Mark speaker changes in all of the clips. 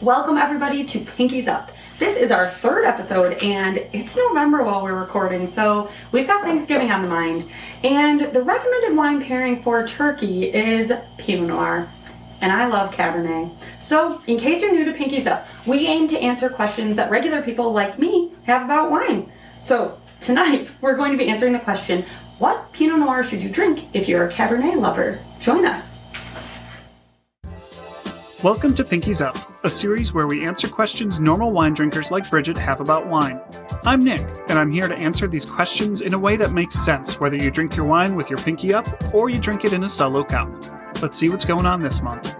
Speaker 1: Welcome, everybody, to Pinkies Up. This is our third episode, and it's November while we're recording, so we've got Thanksgiving on the mind. And the recommended wine pairing for turkey is Pinot Noir. And I love Cabernet. So, in case you're new to Pinkies Up, we aim to answer questions that regular people like me have about wine. So, tonight we're going to be answering the question What Pinot Noir should you drink if you're a Cabernet lover? Join us.
Speaker 2: Welcome to Pinkies Up, a series where we answer questions normal wine drinkers like Bridget have about wine. I'm Nick, and I'm here to answer these questions in a way that makes sense whether you drink your wine with your pinky up or you drink it in a solo cup. Let's see what's going on this month.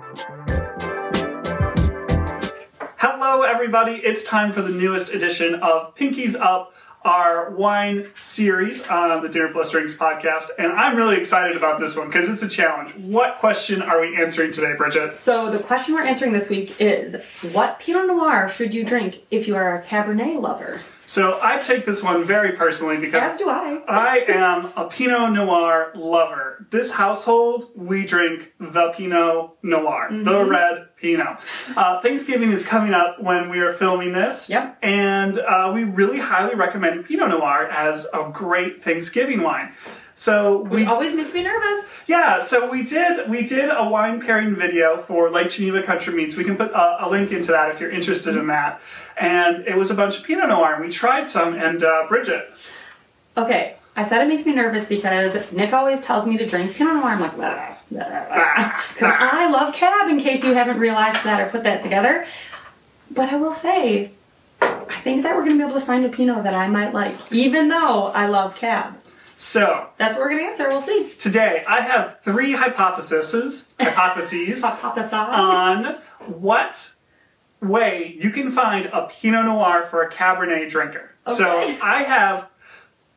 Speaker 2: Hello, everybody. It's time for the newest edition of Pinkies Up, our wine series on the Dinner Plus Drinks podcast. And I'm really excited about this one because it's a challenge. What question are we answering today, Bridget?
Speaker 1: So the question we're answering this week is what Pinot Noir should you drink if you are a Cabernet lover?
Speaker 2: So I take this one very personally because
Speaker 1: As do I.
Speaker 2: I am a Pinot Noir lover. This household, we drink the Pinot Noir, the
Speaker 1: Mm-hmm.
Speaker 2: red Pinot. Uh, Thanksgiving is coming up when we are filming this.
Speaker 1: Yep.
Speaker 2: And uh, we really highly recommend Pinot Noir as a great Thanksgiving wine. So
Speaker 1: Which
Speaker 2: we
Speaker 1: always makes me nervous.
Speaker 2: yeah, so we did we did a wine pairing video for Lake Geneva Country Meats. We can put uh, a, a link into that if you're interested in that. And it was a bunch of Pinot Noir, and we tried some. And uh, Bridget,
Speaker 1: Okay, I said it makes me nervous because Nick always tells me to drink Pinot Noir. I'm like, because I love cab. In case you haven't realized that or put that together, but I will say, I think that we're gonna be able to find a Pinot that I might like, even though I love cab.
Speaker 2: so
Speaker 1: That's what we're gonna answer. We'll see.
Speaker 2: today I have three hypotheses hypotheses
Speaker 1: Hypothesize.
Speaker 2: on what way you can find a Pinot Noir for a Cabernet drinker. So
Speaker 1: Okay.
Speaker 2: I have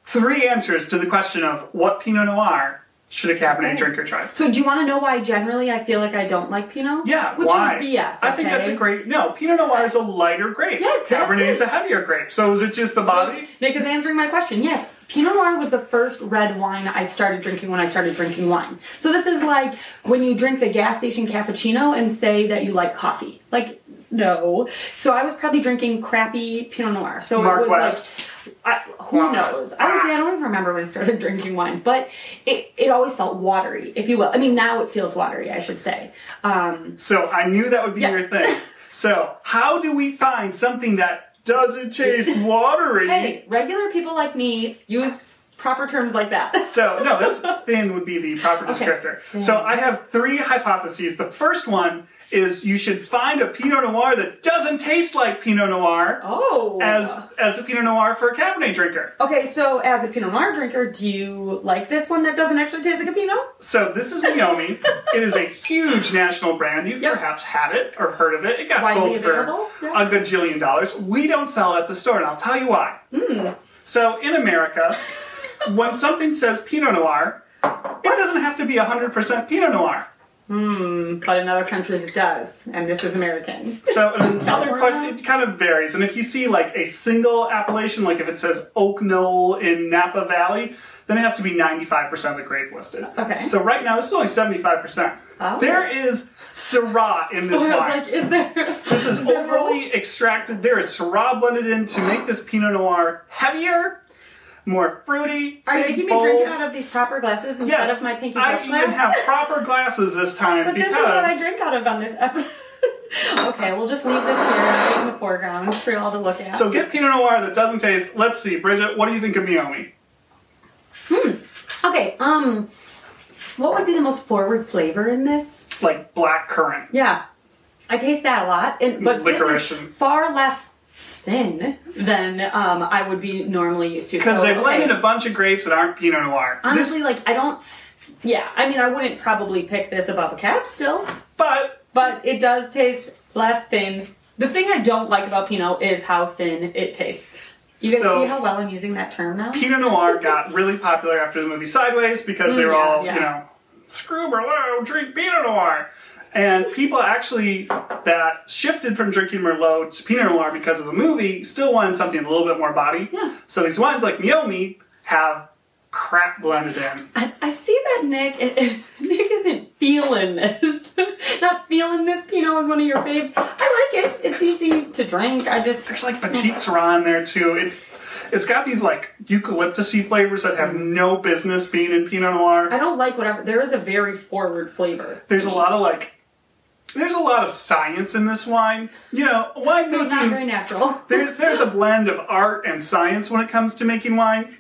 Speaker 2: three answers to the question of what Pinot Noir should a Cabernet drinker try.
Speaker 1: So do you want to know why generally I feel like I don't like Pinot?
Speaker 2: Yeah,
Speaker 1: which
Speaker 2: why?
Speaker 1: is BS.
Speaker 2: I think
Speaker 1: okay?
Speaker 2: that's a great. No, Pinot Noir is a lighter grape.
Speaker 1: Yes, that's
Speaker 2: Cabernet
Speaker 1: it.
Speaker 2: is a heavier grape. So is it just the body?
Speaker 1: Nick is answering my question. Yes, Pinot Noir was the first red wine I started drinking when I started drinking wine. So this is like when you drink the gas station cappuccino and say that you like coffee. Like no. So I was probably drinking crappy Pinot Noir. So
Speaker 2: Mark
Speaker 1: it was
Speaker 2: West.
Speaker 1: like I, who
Speaker 2: Wow.
Speaker 1: knows? I honestly I don't even remember when I started drinking wine, but it, it always felt watery, if you will. I mean now it feels watery, I should say. Um,
Speaker 2: So I knew that would be
Speaker 1: Yes.
Speaker 2: your thing. So how do we find something that doesn't taste watery?
Speaker 1: hey, regular people like me use proper terms like that.
Speaker 2: So no, that's thin would be the proper
Speaker 1: Okay.
Speaker 2: descriptor. So I have three hypotheses. The first one is you should find a Pinot Noir that doesn't taste like Pinot Noir
Speaker 1: Oh.
Speaker 2: as as a Pinot Noir for a Cabernet drinker.
Speaker 1: Okay, so as a Pinot Noir drinker, do you like this one that doesn't actually taste like a Pinot?
Speaker 2: So this is Naomi. it is a huge national brand. You've
Speaker 1: Yep.
Speaker 2: perhaps had it or heard of it. It got
Speaker 1: Widely
Speaker 2: sold for
Speaker 1: available, yeah.
Speaker 2: a gajillion dollars. We don't sell it at the store, and I'll tell you why.
Speaker 1: Hmm.
Speaker 2: So in America, when something says Pinot Noir, it doesn't have to be 100% Pinot Noir.
Speaker 1: But in other countries it does, and this is American.
Speaker 2: So uh, another
Speaker 1: California?
Speaker 2: question, it kind of varies. And if you see like a single appellation, like if it says Oak Knoll in Napa Valley, then it has to be 95% of the grape listed.
Speaker 1: Okay.
Speaker 2: So right now, this is only 75%.
Speaker 1: Oh.
Speaker 2: There is Syrah in this
Speaker 1: I was
Speaker 2: wine.
Speaker 1: like, is there?
Speaker 2: this is
Speaker 1: there
Speaker 2: overly extracted. There is Syrah blended in to make this Pinot Noir heavier, more fruity,
Speaker 1: Are you
Speaker 2: big,
Speaker 1: making me
Speaker 2: bold.
Speaker 1: drink out of these proper glasses instead
Speaker 2: yes,
Speaker 1: of my pinky
Speaker 2: I
Speaker 1: cup
Speaker 2: even
Speaker 1: glass?
Speaker 2: have proper glasses this time
Speaker 1: But this
Speaker 2: because
Speaker 1: is what I drink out of on this episode. okay, we'll just leave this here and take in the foreground for y'all to look at.
Speaker 2: So get Pinot Noir that doesn't taste. Let's see, Bridget, what do you think of Miomi?
Speaker 1: okay, um, what would be the most forward flavor in this?
Speaker 2: Like black currant.
Speaker 1: Yeah, I taste that a lot, and but
Speaker 2: Licorice
Speaker 1: this is
Speaker 2: and-
Speaker 1: far less thin than um, I would be normally used to.
Speaker 2: Because
Speaker 1: so,
Speaker 2: they blended
Speaker 1: Oh, okay.
Speaker 2: a bunch of grapes that aren't Pinot Noir.
Speaker 1: honestly,
Speaker 2: this,
Speaker 1: like I don't. Yeah, I mean, I wouldn't probably pick this above a cab still,
Speaker 2: but
Speaker 1: but it does taste less thin. The thing I don't like about Pinot is how thin it tastes. You guys
Speaker 2: So-
Speaker 1: see how well I'm using that term now?
Speaker 2: Pinot Noir got really popular after the movie Sideways because they were
Speaker 1: Mm, yeah,
Speaker 2: all,
Speaker 1: yeah.
Speaker 2: you know, screw Merlot, drink Pinot Noir. And people actually that shifted from drinking Merlot to Pinot Noir because of the movie still wanted something a little bit more body.
Speaker 1: Yeah.
Speaker 2: So these wines like Miomi have crap blended in.
Speaker 1: I, I see that Nick and, and Nick isn't feeling this. Not feeling this Pinot is one of your faves. I like it. It's it's easy to drink. I just
Speaker 2: There's like petite Syrah in there too. It's it's got these like eucalyptusy flavors that have
Speaker 1: Mm.
Speaker 2: no business being in Pinot Noir.
Speaker 1: I don't like whatever. There is a very forward flavor.
Speaker 2: There's a lot of like there's a lot of science in this wine. You know, wine
Speaker 1: So not very
Speaker 2: making
Speaker 1: natural.
Speaker 2: there, there's a blend of art and science when it comes to making wine.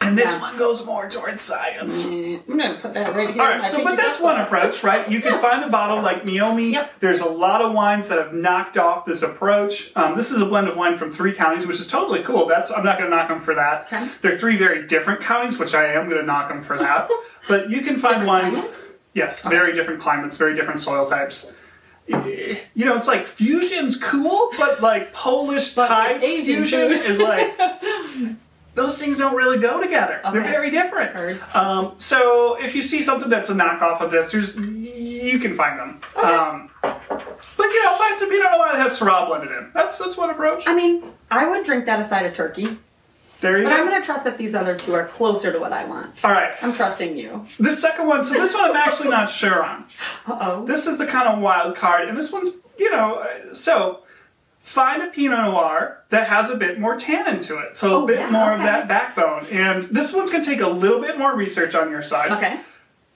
Speaker 2: And this
Speaker 1: Yeah. Mm-hmm.
Speaker 2: one goes more towards science.
Speaker 1: I'm gonna put that right here.
Speaker 2: All
Speaker 1: in
Speaker 2: right,
Speaker 1: my
Speaker 2: so but
Speaker 1: pinky
Speaker 2: that's
Speaker 1: cup
Speaker 2: one
Speaker 1: box.
Speaker 2: approach, right? You can find a bottle like Naomi.
Speaker 1: Yep.
Speaker 2: There's a lot of wines that have knocked off this approach. Um, this is a blend of wine from three counties, which is totally cool. That's I'm not going to knock them for that.
Speaker 1: Okay.
Speaker 2: They're three very different counties, which I am going to knock them for that. but you can find
Speaker 1: Different
Speaker 2: wines.
Speaker 1: climates?
Speaker 2: Yes, very different climates, very different soil types. Eh, You know, it's like fusion's cool, but like Polish
Speaker 1: But
Speaker 2: Thai
Speaker 1: Asian
Speaker 2: fusion
Speaker 1: food.
Speaker 2: is like those things don't really go together. They're
Speaker 1: Okay.
Speaker 2: very different.
Speaker 1: Heard.
Speaker 2: Um, so if you see something that's a knockoff of this, there's you can find them. Um, but you know, find some Pinot Noir that has Syrah blended in. That's that's one approach.
Speaker 1: I mean, I would drink that aside of turkey,
Speaker 2: There you
Speaker 1: but I'm
Speaker 2: go.
Speaker 1: gonna trust that these other two are closer to what I want.
Speaker 2: All right,
Speaker 1: I'm trusting you.
Speaker 2: this second one. So this one I'm actually not sure on.
Speaker 1: Uh oh.
Speaker 2: This is the kind of wild card, and this one's you know uh, so. Find a Pinot Noir that has a bit more tannin to it, so a
Speaker 1: Oh,
Speaker 2: bit
Speaker 1: yeah,
Speaker 2: more of
Speaker 1: okay.
Speaker 2: that backbone. And this one's going to take a little bit more research on your side.
Speaker 1: Okay.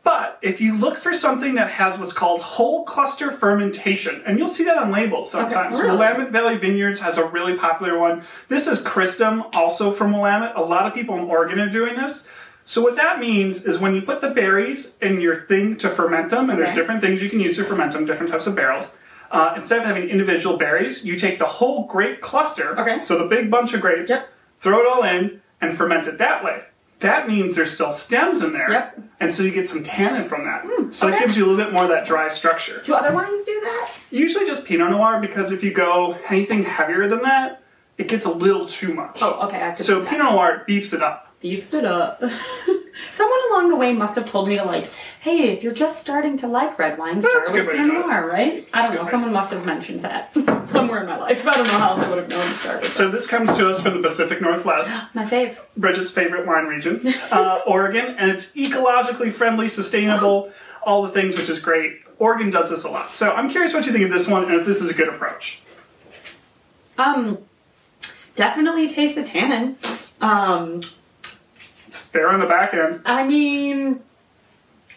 Speaker 2: But if you look for something that has what's called whole cluster fermentation, and you'll see that on labels sometimes.
Speaker 1: really?
Speaker 2: Willamette Valley Vineyards has a really popular one. This is Christum, also from Willamette. A lot of people in Oregon are doing this. So what that means is when you put the berries in your thing to ferment them, and there's
Speaker 1: Okay.
Speaker 2: different things you can use to ferment them, different types of barrels. Uh, instead of having individual berries, you take the whole grape cluster,
Speaker 1: Okay.
Speaker 2: so the big bunch of grapes,
Speaker 1: Yep.
Speaker 2: throw it all in, and ferment it that way. That means there's still stems in there.
Speaker 1: Yep.
Speaker 2: And so you get some tannin from that. so it
Speaker 1: Hmm, okay.
Speaker 2: gives you a little bit more of that dry structure.
Speaker 1: Do other wines do that?
Speaker 2: Usually just Pinot Noir because if you go anything heavier than that, it gets a little too much.
Speaker 1: Oh, okay. I could
Speaker 2: So
Speaker 1: do that.
Speaker 2: Pinot Noir beefs it up.
Speaker 1: beefed it up. Someone along the way must have told me to like, hey, if you're just starting to like red wine, start
Speaker 2: That's a
Speaker 1: with
Speaker 2: good way to do
Speaker 1: Pinot
Speaker 2: it.
Speaker 1: Noir, right? I
Speaker 2: a
Speaker 1: don't
Speaker 2: good
Speaker 1: know.
Speaker 2: way.
Speaker 1: Someone must have mentioned that somewhere in my life. I don't know how else I would have known to start with.
Speaker 2: So this comes to us from the Pacific Northwest,
Speaker 1: My fave.
Speaker 2: Bridget's favorite wine region, uh, Oregon, and it's ecologically friendly, sustainable, all the things, which is great. Oregon does this a lot. So I'm curious what you think of this one and if this is a good approach.
Speaker 1: Um, definitely taste the tannin. Um,
Speaker 2: It's there on the back end.
Speaker 1: I mean,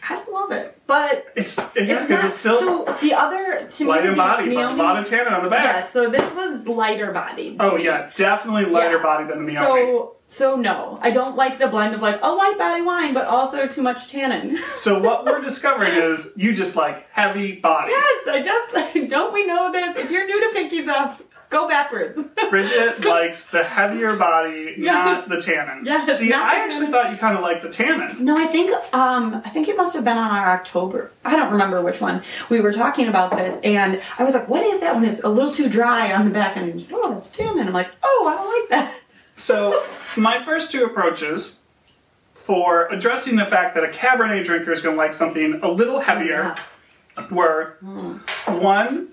Speaker 1: I love it, but
Speaker 2: It's it
Speaker 1: it's
Speaker 2: is because
Speaker 1: not.
Speaker 2: it's still
Speaker 1: so the other to
Speaker 2: light
Speaker 1: me,
Speaker 2: and
Speaker 1: the-
Speaker 2: body, but a
Speaker 1: Naomi-
Speaker 2: lot of tannin on the back.
Speaker 1: yeah. So this was lighter body.
Speaker 2: Oh yeah, definitely lighter
Speaker 1: Yeah.
Speaker 2: body than the Miami.
Speaker 1: So so no, I don't like the blend of like a light body wine, but also too much tannin.
Speaker 2: So, what we're discovering is you just like heavy body.
Speaker 1: yes, I just don't we know this? If you're new to Pinkies Up, go backwards.
Speaker 2: Bridget likes the heavier body, not the tannin.
Speaker 1: Yes,
Speaker 2: See,
Speaker 1: not the
Speaker 2: I actually
Speaker 1: tannin.
Speaker 2: thought you kind of liked the tannin.
Speaker 1: No, I think um, I think it must have been on our October. I don't remember which one we were talking about this, and I was like, "What is that?" When it's a little too dry on the back, and it's, oh, that's tannin. I'm like, "Oh, I don't like that."
Speaker 2: So my first two approaches for addressing the fact that a Cabernet drinker is going to like something a little heavier were
Speaker 1: Hmm.
Speaker 2: one.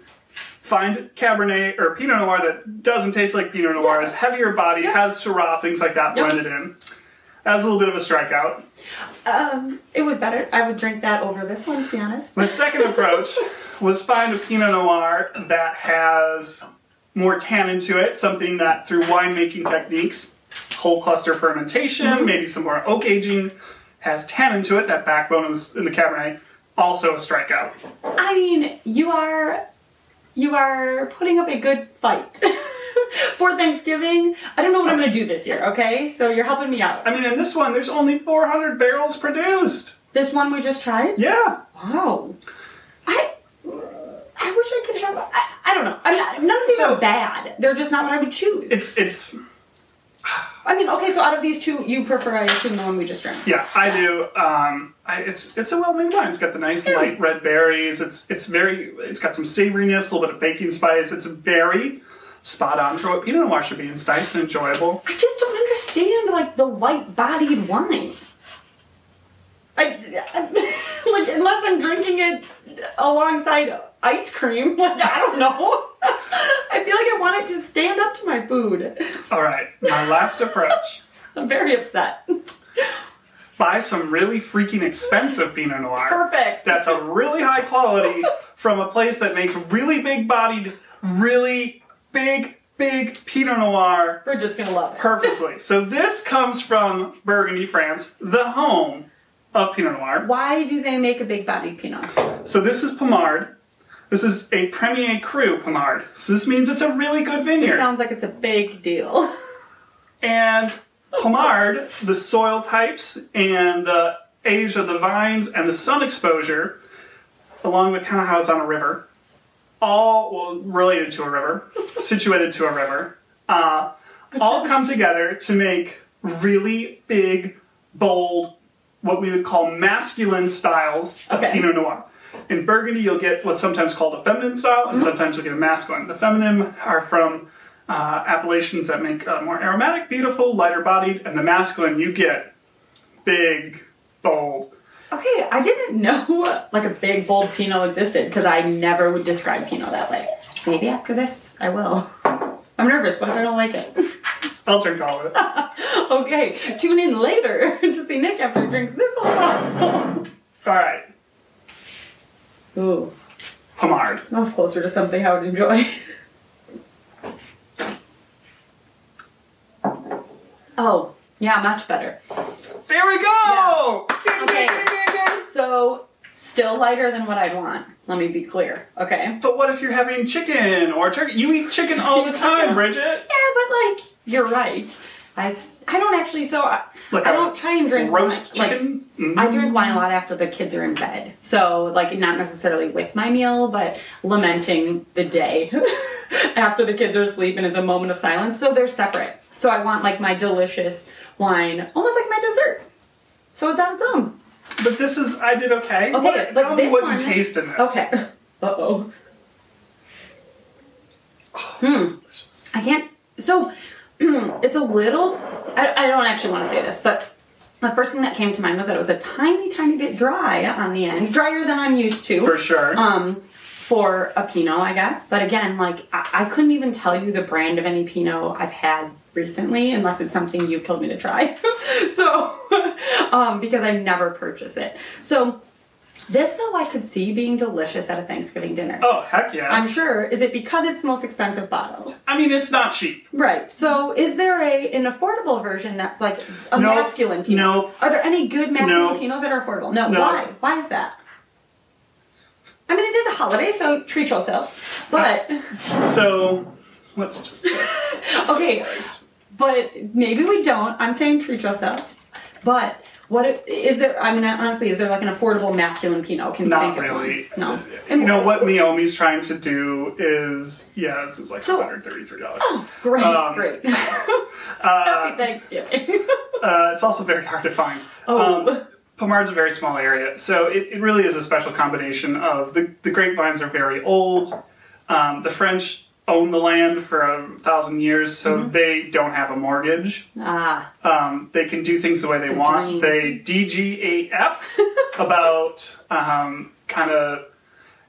Speaker 2: Find Cabernet or Pinot Noir that doesn't taste like Pinot Noir, is heavier body,
Speaker 1: Yeah.
Speaker 2: has Syrah, things like that
Speaker 1: Yep.
Speaker 2: blended in. That was a little bit of a strikeout.
Speaker 1: Um, it was better. I would drink that over this one, to be honest.
Speaker 2: My second approach was find a Pinot Noir that has more tannin to it, something that through winemaking techniques, whole cluster fermentation,
Speaker 1: Mm-hmm.
Speaker 2: maybe some more oak aging, has tannin to it, that backbone in the, in the Cabernet, also a strikeout.
Speaker 1: I mean, you are you are putting up a good fight for Thanksgiving. I don't know what I'm gonna do this year, okay? So you're helping me out.
Speaker 2: I mean, in this one, there's only 400 barrels produced.
Speaker 1: This one we just tried.
Speaker 2: Yeah.
Speaker 1: Wow. I I wish I could have. I, I don't know. I'm not, none of these
Speaker 2: So-
Speaker 1: are bad. They're just not what I would choose.
Speaker 2: It's, it's,
Speaker 1: I mean, okay. So out of these two, you prefer, I assume, the one we just drank.
Speaker 2: yeah, I do. Um, I, it's, it's a well-made wine. It's got the nice
Speaker 1: Yeah.
Speaker 2: light red berries. It's, it's very, it's got some savoriness, a little bit of baking spice. It's very spot on for what Pinot Noir should be. It's nice and enjoyable.
Speaker 1: I just don't understand like the light-bodied wine. I, like unless I'm drinking it alongside ice cream, like I don't know. I feel like I want it to stand up to my food.
Speaker 2: All right, my last approach.
Speaker 1: I'm very upset.
Speaker 2: Buy some really freaking expensive Pinot Noir.
Speaker 1: Perfect.
Speaker 2: That's a really high quality from a place that makes really big bodied, really big, big Pinot Noir
Speaker 1: Bridget's gonna love it.
Speaker 2: purposely. so this comes from Burgundy, France, the home of Pinot Noir.
Speaker 1: Why do they make a big bodied Pinot?
Speaker 2: So this is Pomard. This is a Premier Cru Pomard. So this means it's a really good vineyard.
Speaker 1: It sounds like it's a big deal.
Speaker 2: and pomard, the soil types and the age of the vines and the sun exposure, along with kind of how it's on a river, all well, related to a river, situated to a river, uh, all come together to make really big, bold, what we would call masculine styles
Speaker 1: Okay.
Speaker 2: of Pinot Noir. In Burgundy, you'll get what's sometimes called a feminine style, and sometimes you'll get a masculine. The feminine are from uh, appellations that make uh, more aromatic, beautiful, lighter bodied, and the masculine you get big, bold.
Speaker 1: okay, I didn't know like a big bold Pinot existed because I never would describe Pinot that way. Maybe after this, I will. I'm nervous. What if I don't like it?
Speaker 2: I'll drink all of it.
Speaker 1: Okay, tune in later to see Nick after he drinks this whole bottle.
Speaker 2: All right,
Speaker 1: Ooh,
Speaker 2: Pomard.
Speaker 1: smells closer to something I would enjoy. oh, yeah, much better.
Speaker 2: There we go! Ding,
Speaker 1: Okay.
Speaker 2: ding, ding, ding, ding.
Speaker 1: So, still lighter than what I'd want. Let me be clear, okay?
Speaker 2: But what if you're having chicken or turkey? You eat chicken all the time, Bridget.
Speaker 1: Yeah, but like, you're right. I, s- I don't actually, so I,
Speaker 2: Like
Speaker 1: I
Speaker 2: a
Speaker 1: don't try and drink
Speaker 2: Roast
Speaker 1: wine. like,
Speaker 2: chicken? Mm.
Speaker 1: I drink wine a lot after the kids are in bed. So, like, not necessarily with my meal, but lamenting the day after the kids are asleep and it's a moment of silence. So they're separate. So I want, like, my delicious wine, almost like my dessert. So it's on its own.
Speaker 2: But this is, I did
Speaker 1: Okay,
Speaker 2: okay. What-
Speaker 1: but
Speaker 2: tell me
Speaker 1: this
Speaker 2: what
Speaker 1: one-
Speaker 2: you taste in this.
Speaker 1: Okay. Uh oh.
Speaker 2: Delicious.
Speaker 1: Hmm. I can't. So it's a little. I, I don't actually want to say this, but the first thing that came to mind was that it was a tiny, tiny bit dry on the end, drier than I'm used to.
Speaker 2: For sure.
Speaker 1: um, for a Pinot, I guess. But again, like I-, I couldn't even tell you the brand of any Pinot I've had recently, unless it's something you've told me to try. so, um, because I never purchase it. So, this though I could see being delicious at a Thanksgiving dinner.
Speaker 2: oh, heck yeah.
Speaker 1: I'm sure. Is it because it's the most expensive bottle?
Speaker 2: I mean, it's not cheap.
Speaker 1: Right. So, is there a an affordable version that's like a
Speaker 2: No.
Speaker 1: masculine Pinot?
Speaker 2: No.
Speaker 1: Are there any good masculine
Speaker 2: No.
Speaker 1: Pinots that are affordable? No.
Speaker 2: No.
Speaker 1: Why? Why is that? I mean, it is a holiday, so treat yourself. But
Speaker 2: So, let's just.
Speaker 1: okay, but maybe we don't. I'm saying treat yourself. But what if- is there? I mean, honestly, is there like an affordable masculine Pinot? Can you
Speaker 2: Not
Speaker 1: think of one?
Speaker 2: really.
Speaker 1: No.
Speaker 2: You know what Naomi's trying to do is, yeah, this is like
Speaker 1: So- Oh,
Speaker 2: $133.
Speaker 1: Great.
Speaker 2: Um,
Speaker 1: great. Happy Thanksgiving.
Speaker 2: Uh, it's also very hard to find.
Speaker 1: Oh.
Speaker 2: Um, Pomard's a very small area, so it, it really is a special combination of the, the grapevines are very old. Um, the French own the land for a thousand years, so they don't have a mortgage.
Speaker 1: ah.
Speaker 2: Um, they can do things the way they
Speaker 1: dream.
Speaker 2: want. They DGAF about um, kind of,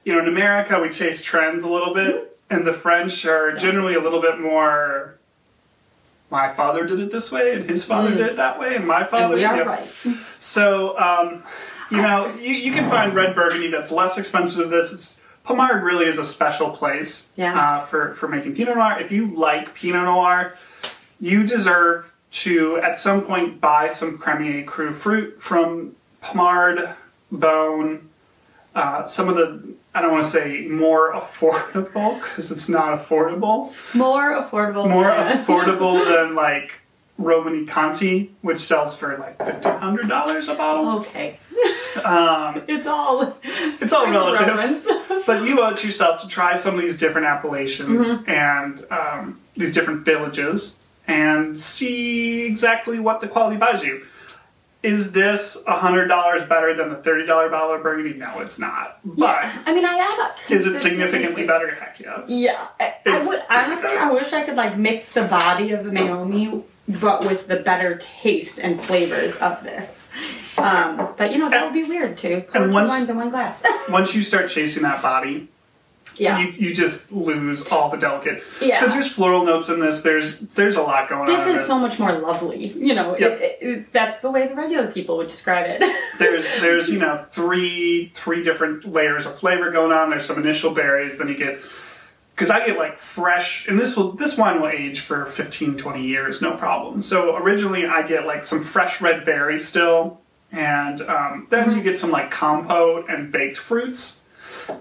Speaker 2: you know, in America we chase trends a little
Speaker 1: Mm-hmm.
Speaker 2: bit, and the French are generally a little bit more. My father did it this way, and his father did it that way, and my
Speaker 1: Mm. And
Speaker 2: father.
Speaker 1: we
Speaker 2: you
Speaker 1: are
Speaker 2: know.
Speaker 1: right.
Speaker 2: So, um, you know, you, you can find red burgundy that's less expensive than this. It's, Pomard really is a special place
Speaker 1: Yeah.
Speaker 2: uh, for, for making Pinot Noir. If you like Pinot Noir, you deserve to, at some point, buy some Cremier Cru fruit from Pomard, Bone, uh, some of the, I don't want to say more affordable, because it's not affordable,
Speaker 1: More affordable.
Speaker 2: more
Speaker 1: than-
Speaker 2: affordable than like Romani Conti, which sells for like $1,500 a bottle.
Speaker 1: Okay. Um, it's all
Speaker 2: It's all relative.
Speaker 1: relevance.
Speaker 2: But you owe it to yourself to try some of these different appellations
Speaker 1: Mm-hmm.
Speaker 2: and um, these different villages and see exactly what the quality buys you. Is this $100 better than the $30 bottle of burgundy? No, it's not. But
Speaker 1: I mean, I have. A
Speaker 2: is it significantly better? Heck yeah.
Speaker 1: Yeah, I, I
Speaker 2: It's-
Speaker 1: would honestly. I wish I could like mix the body of the Naomi, but with the better taste and flavors of this. Um, but you know that would be weird too. Pour
Speaker 2: And
Speaker 1: two
Speaker 2: once-
Speaker 1: wines in one glass.
Speaker 2: Once you start chasing that body,
Speaker 1: yeah.
Speaker 2: you, you just lose all the delicate.
Speaker 1: Yeah.
Speaker 2: Because there's floral notes in this. There's there's a lot going on.
Speaker 1: this
Speaker 2: in
Speaker 1: is so much more lovely. You know, it-
Speaker 2: Yep.
Speaker 1: it, it- that's the way the regular people would describe it.
Speaker 2: there's there's you know three three different layers of flavor going on. There's some initial berries, then you get because I get like fresh, and this will this wine will age for 15, 20 years, no problem. So originally I get like some fresh red berry still, and um, then you get some like compote and baked fruits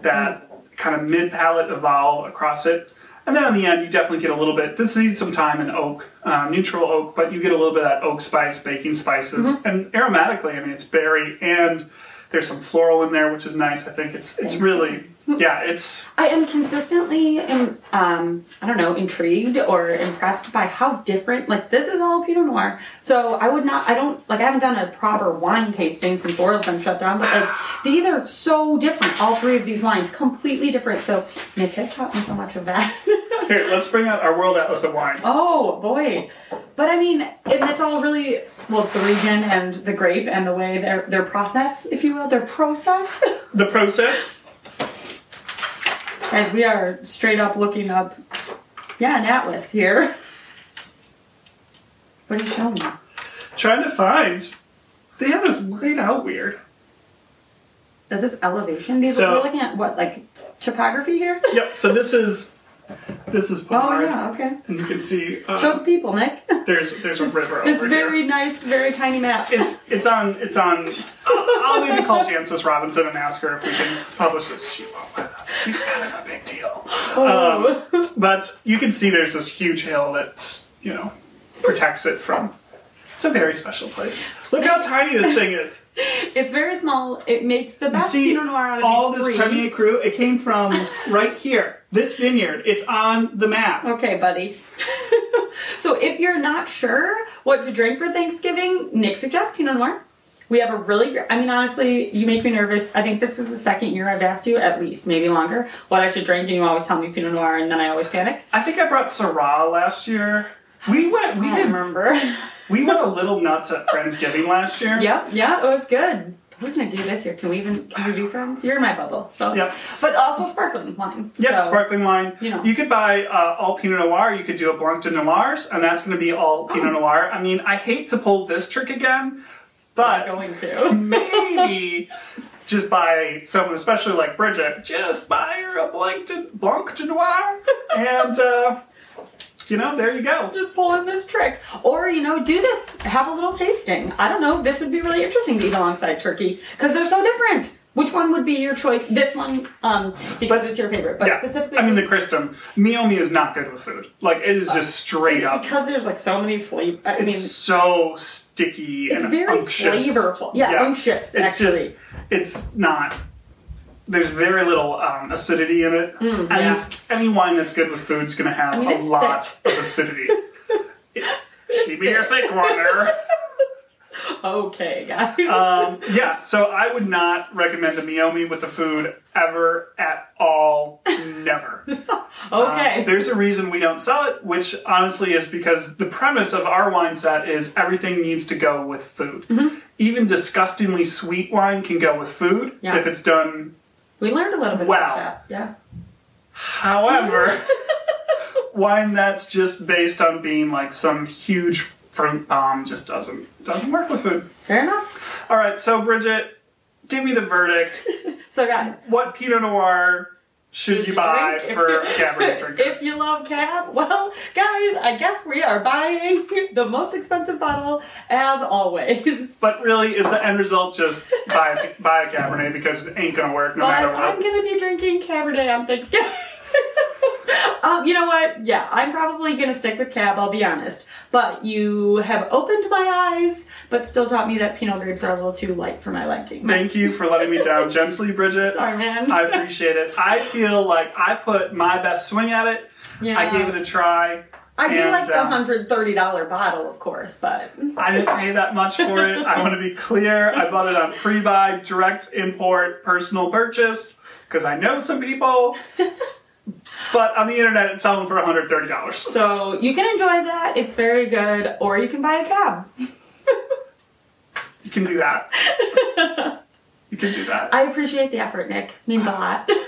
Speaker 2: that kind of mid palate evolve across it. And then on the end, you definitely get a little bit. This needs some time in oak, um, neutral oak, but you get a little bit of that oak spice, baking spices,
Speaker 1: Mm-hmm.
Speaker 2: and aromatically. I mean, it's berry, and there's some floral in there, which is nice. I think it's it's really yeah, it's
Speaker 1: I am consistently, um, um, I don't know, intrigued or impressed by how different. Like this is all Pinot Noir, so I would not, I don't, like I haven't done a proper wine tasting since Bordel's shut down. But like these are so different, all three of these wines, completely different. So Nick has taught me so much of that.
Speaker 2: Here, let's bring out our World Atlas of Wine.
Speaker 1: oh boy, but I mean, and it's all really well. It's the region and the grape and the way their their process, if you will, their process.
Speaker 2: The process.
Speaker 1: Guys, we are straight up looking up, yeah, an atlas here. What are you showing me?
Speaker 2: Trying to find. They have this laid out weird.
Speaker 1: Is this elevation? These
Speaker 2: So-
Speaker 1: we're looking at what, like topography here?
Speaker 2: Yep. So this is this is
Speaker 1: Oh
Speaker 2: Pomard,
Speaker 1: yeah, okay.
Speaker 2: and you can see
Speaker 1: Show
Speaker 2: uh,
Speaker 1: the people, Nick.
Speaker 2: there's there's a river
Speaker 1: It's
Speaker 2: over
Speaker 1: very
Speaker 2: here.
Speaker 1: nice, very tiny map.
Speaker 2: It's it's on it's on. I'll need to call Jancis Robinson and ask her if we can publish this. She won't let us. She's kind of a big deal. Um,
Speaker 1: Oh.
Speaker 2: But you can see there's this huge hill that's you know protects it from. It's a very special place. Look how tiny this thing is.
Speaker 1: it's very small. It makes the best
Speaker 2: See,
Speaker 1: Pinot Noir out of
Speaker 2: all
Speaker 1: these
Speaker 2: this
Speaker 1: three.
Speaker 2: Premier Cru, it came from right here. This vineyard, it's on the map.
Speaker 1: Okay, buddy. so if you're not sure what to drink for Thanksgiving, Nick suggests Pinot Noir. We have a really gr- I mean, honestly, you make me nervous. I think this is the second year I've asked you, at least, maybe longer, what I should drink, and you always tell me Pinot Noir, and then I always panic.
Speaker 2: I think I brought Syrah last year. We went, we
Speaker 1: I don't
Speaker 2: did,
Speaker 1: remember.
Speaker 2: we went a little nuts at Friendsgiving last year.
Speaker 1: yep, yeah, it was good. We're gonna do this year. Can we even can we do friends? You're in my bubble, so
Speaker 2: Yep.
Speaker 1: But also sparkling wine.
Speaker 2: Yep,
Speaker 1: so.
Speaker 2: sparkling wine.
Speaker 1: you know.
Speaker 2: could buy uh, all Pinot Noir. You could do a Blanc de Noirs, and that's going to be all
Speaker 1: Oh.
Speaker 2: Pinot Noir. I mean, I hate to pull this trick again, but
Speaker 1: Going to.
Speaker 2: maybe just buy someone, especially like Bridget, just buy her a Blanc de, Blanc de Noir, and uh, you know, there you go.
Speaker 1: just pull in this trick. Or, you know, do this. Have a little tasting. I don't know. This would be really interesting to eat alongside turkey because they're so different. Which one would be your choice? This one, um, because
Speaker 2: But-
Speaker 1: it's your favorite. But
Speaker 2: yeah,
Speaker 1: specifically,
Speaker 2: I mean the Christum. Miomi is not good with food. Like it is just
Speaker 1: is
Speaker 2: straight
Speaker 1: it
Speaker 2: up.
Speaker 1: because there's like so many flavors. I
Speaker 2: It's
Speaker 1: mean,
Speaker 2: so sticky
Speaker 1: It's
Speaker 2: and
Speaker 1: very
Speaker 2: unctuous.
Speaker 1: flavorful. Yeah,
Speaker 2: Yes.
Speaker 1: unctuous,
Speaker 2: It's
Speaker 1: actually.
Speaker 2: just it's not. There's very little um, acidity in it. any,
Speaker 1: Mm, yeah.
Speaker 2: any wine that's good with food's going to have
Speaker 1: mean,
Speaker 2: a
Speaker 1: it's
Speaker 2: lot of acidity. she be your thick one there.
Speaker 1: okay, guys.
Speaker 2: Um, yeah, so I would not recommend the Miomi with the food ever at all. Never.
Speaker 1: okay.
Speaker 2: There's a reason we don't sell it, which honestly is because the premise of our wine set is everything needs to go with food.
Speaker 1: Mm-hmm.
Speaker 2: Even disgustingly sweet wine can go with food
Speaker 1: Yeah.
Speaker 2: if it's done.
Speaker 1: we learned a little bit
Speaker 2: Wow.
Speaker 1: about that. Yeah.
Speaker 2: However, wine that's just based on being like some huge fruit bomb just doesn't doesn't work with food.
Speaker 1: Fair enough.
Speaker 2: All right, so Bridget, give me the verdict.
Speaker 1: So, guys,
Speaker 2: what Pinot Noir should you buy
Speaker 1: drink if
Speaker 2: for
Speaker 1: you-
Speaker 2: a Cabernet drinker?
Speaker 1: If you love cab, well, guys, I guess we are buying the most expensive bottle as always.
Speaker 2: But really, is the end result just buy buy a Cabernet because it ain't gonna work no
Speaker 1: But
Speaker 2: matter
Speaker 1: I'm
Speaker 2: what?
Speaker 1: gonna be drinking Cabernet on Thanksgiving. um, you know what? Yeah, I'm probably gonna stick with cab. I'll be honest. But you have opened my eyes, but still taught me that Pinot grapes are a little too light for my liking.
Speaker 2: Thank you for letting me down gently, Bridget.
Speaker 1: Sorry, man.
Speaker 2: I appreciate it. I feel like I put my best swing at it. I
Speaker 1: Yeah.
Speaker 2: gave it a try.
Speaker 1: I do
Speaker 2: and,
Speaker 1: like the
Speaker 2: um,
Speaker 1: hundred thirty dollar bottle, of course, but
Speaker 2: I didn't pay that much for it. I want to be clear. I bought it on pre-buy, direct import, personal purchase because I know some people. But on the internet, it's selling for one hundred thirty dollars.
Speaker 1: so you can enjoy that. It's very good, or you can buy a cab.
Speaker 2: You can do that. you can do that.
Speaker 1: I appreciate the effort, Nick. Means a lot.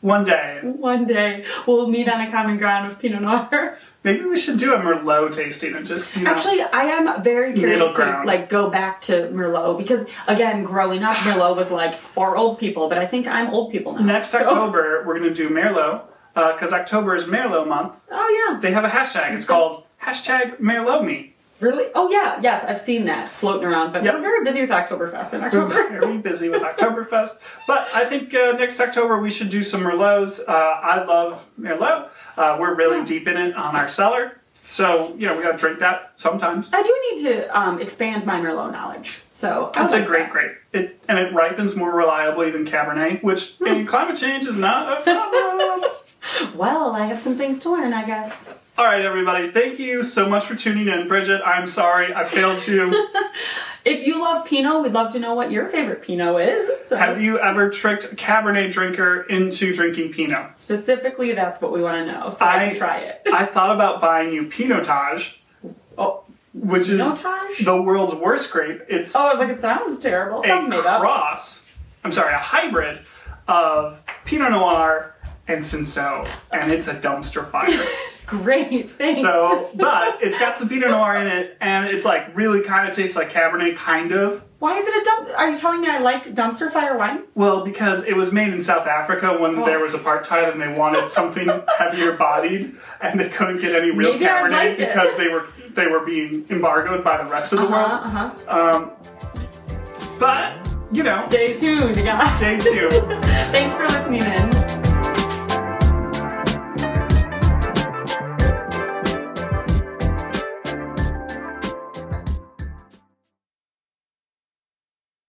Speaker 2: One day,
Speaker 1: One day we'll meet on a common ground of Pinot Noir.
Speaker 2: Maybe we should do a Merlot tasting and just, you know.
Speaker 1: Actually, I am very curious
Speaker 2: Middle
Speaker 1: to
Speaker 2: ground.
Speaker 1: like go back to Merlot because again, growing up, Merlot was like for old people, but I think I'm old people now.
Speaker 2: next
Speaker 1: So-
Speaker 2: October, we're going to do Merlot. because October is Merlot month,
Speaker 1: Oh yeah.
Speaker 2: they have a hashtag. It's called hashtag Merlot Me.
Speaker 1: Really? Oh yeah. Yes, I've seen that floating around. But
Speaker 2: Yep.
Speaker 1: we're very busy with Oktoberfest in
Speaker 2: We're
Speaker 1: October.
Speaker 2: very busy with Oktoberfest, but I think uh, next October we should do some Merlots. Uh, I love Merlot. Uh, we're
Speaker 1: Hmm.
Speaker 2: really deep in it on our cellar, so you know we got to drink that sometimes.
Speaker 1: I do need to um, expand my Merlot knowledge. So I
Speaker 2: That's a
Speaker 1: like
Speaker 2: great
Speaker 1: that.
Speaker 2: grape. It and it ripens more reliably than Cabernet, which
Speaker 1: Hmm.
Speaker 2: in climate change is not a problem.
Speaker 1: Well, I have some things to learn, I guess.
Speaker 2: All right, everybody. Thank you so much for tuning in, Bridget. I'm sorry I failed you.
Speaker 1: If you love Pinot, we'd love to know what your favorite Pinot is. So
Speaker 2: Have you ever tricked a Cabernet drinker into drinking Pinot?
Speaker 1: specifically, that's what we want to know. So I,
Speaker 2: I-
Speaker 1: can try it.
Speaker 2: I thought about buying you Pinotage,
Speaker 1: Oh,
Speaker 2: which is
Speaker 1: Pinotage?
Speaker 2: the world's worst grape. It's
Speaker 1: oh, I was like, it sounds terrible. It
Speaker 2: a
Speaker 1: sounds made up.
Speaker 2: cross. I'm sorry, a hybrid of Pinot Noir and Cinsault, and it's a dumpster fire.
Speaker 1: Great, thanks.
Speaker 2: So, but it's got some Pinot Noir in it, and it's like really kind of tastes like Cabernet, kind of.
Speaker 1: Why is it a dump? Are you telling me I like dumpster fire wine?
Speaker 2: Well, because it was made in South Africa when
Speaker 1: Oh.
Speaker 2: there was apartheid, and they wanted something heavier bodied, and they couldn't get any real
Speaker 1: Maybe I
Speaker 2: Cabernet
Speaker 1: like it.
Speaker 2: because they were they were being embargoed by the rest of the world.
Speaker 1: Uh-huh, uh-huh.
Speaker 2: Um, but you know,
Speaker 1: Stay tuned, guys.
Speaker 2: stay tuned.
Speaker 1: Thanks for listening in.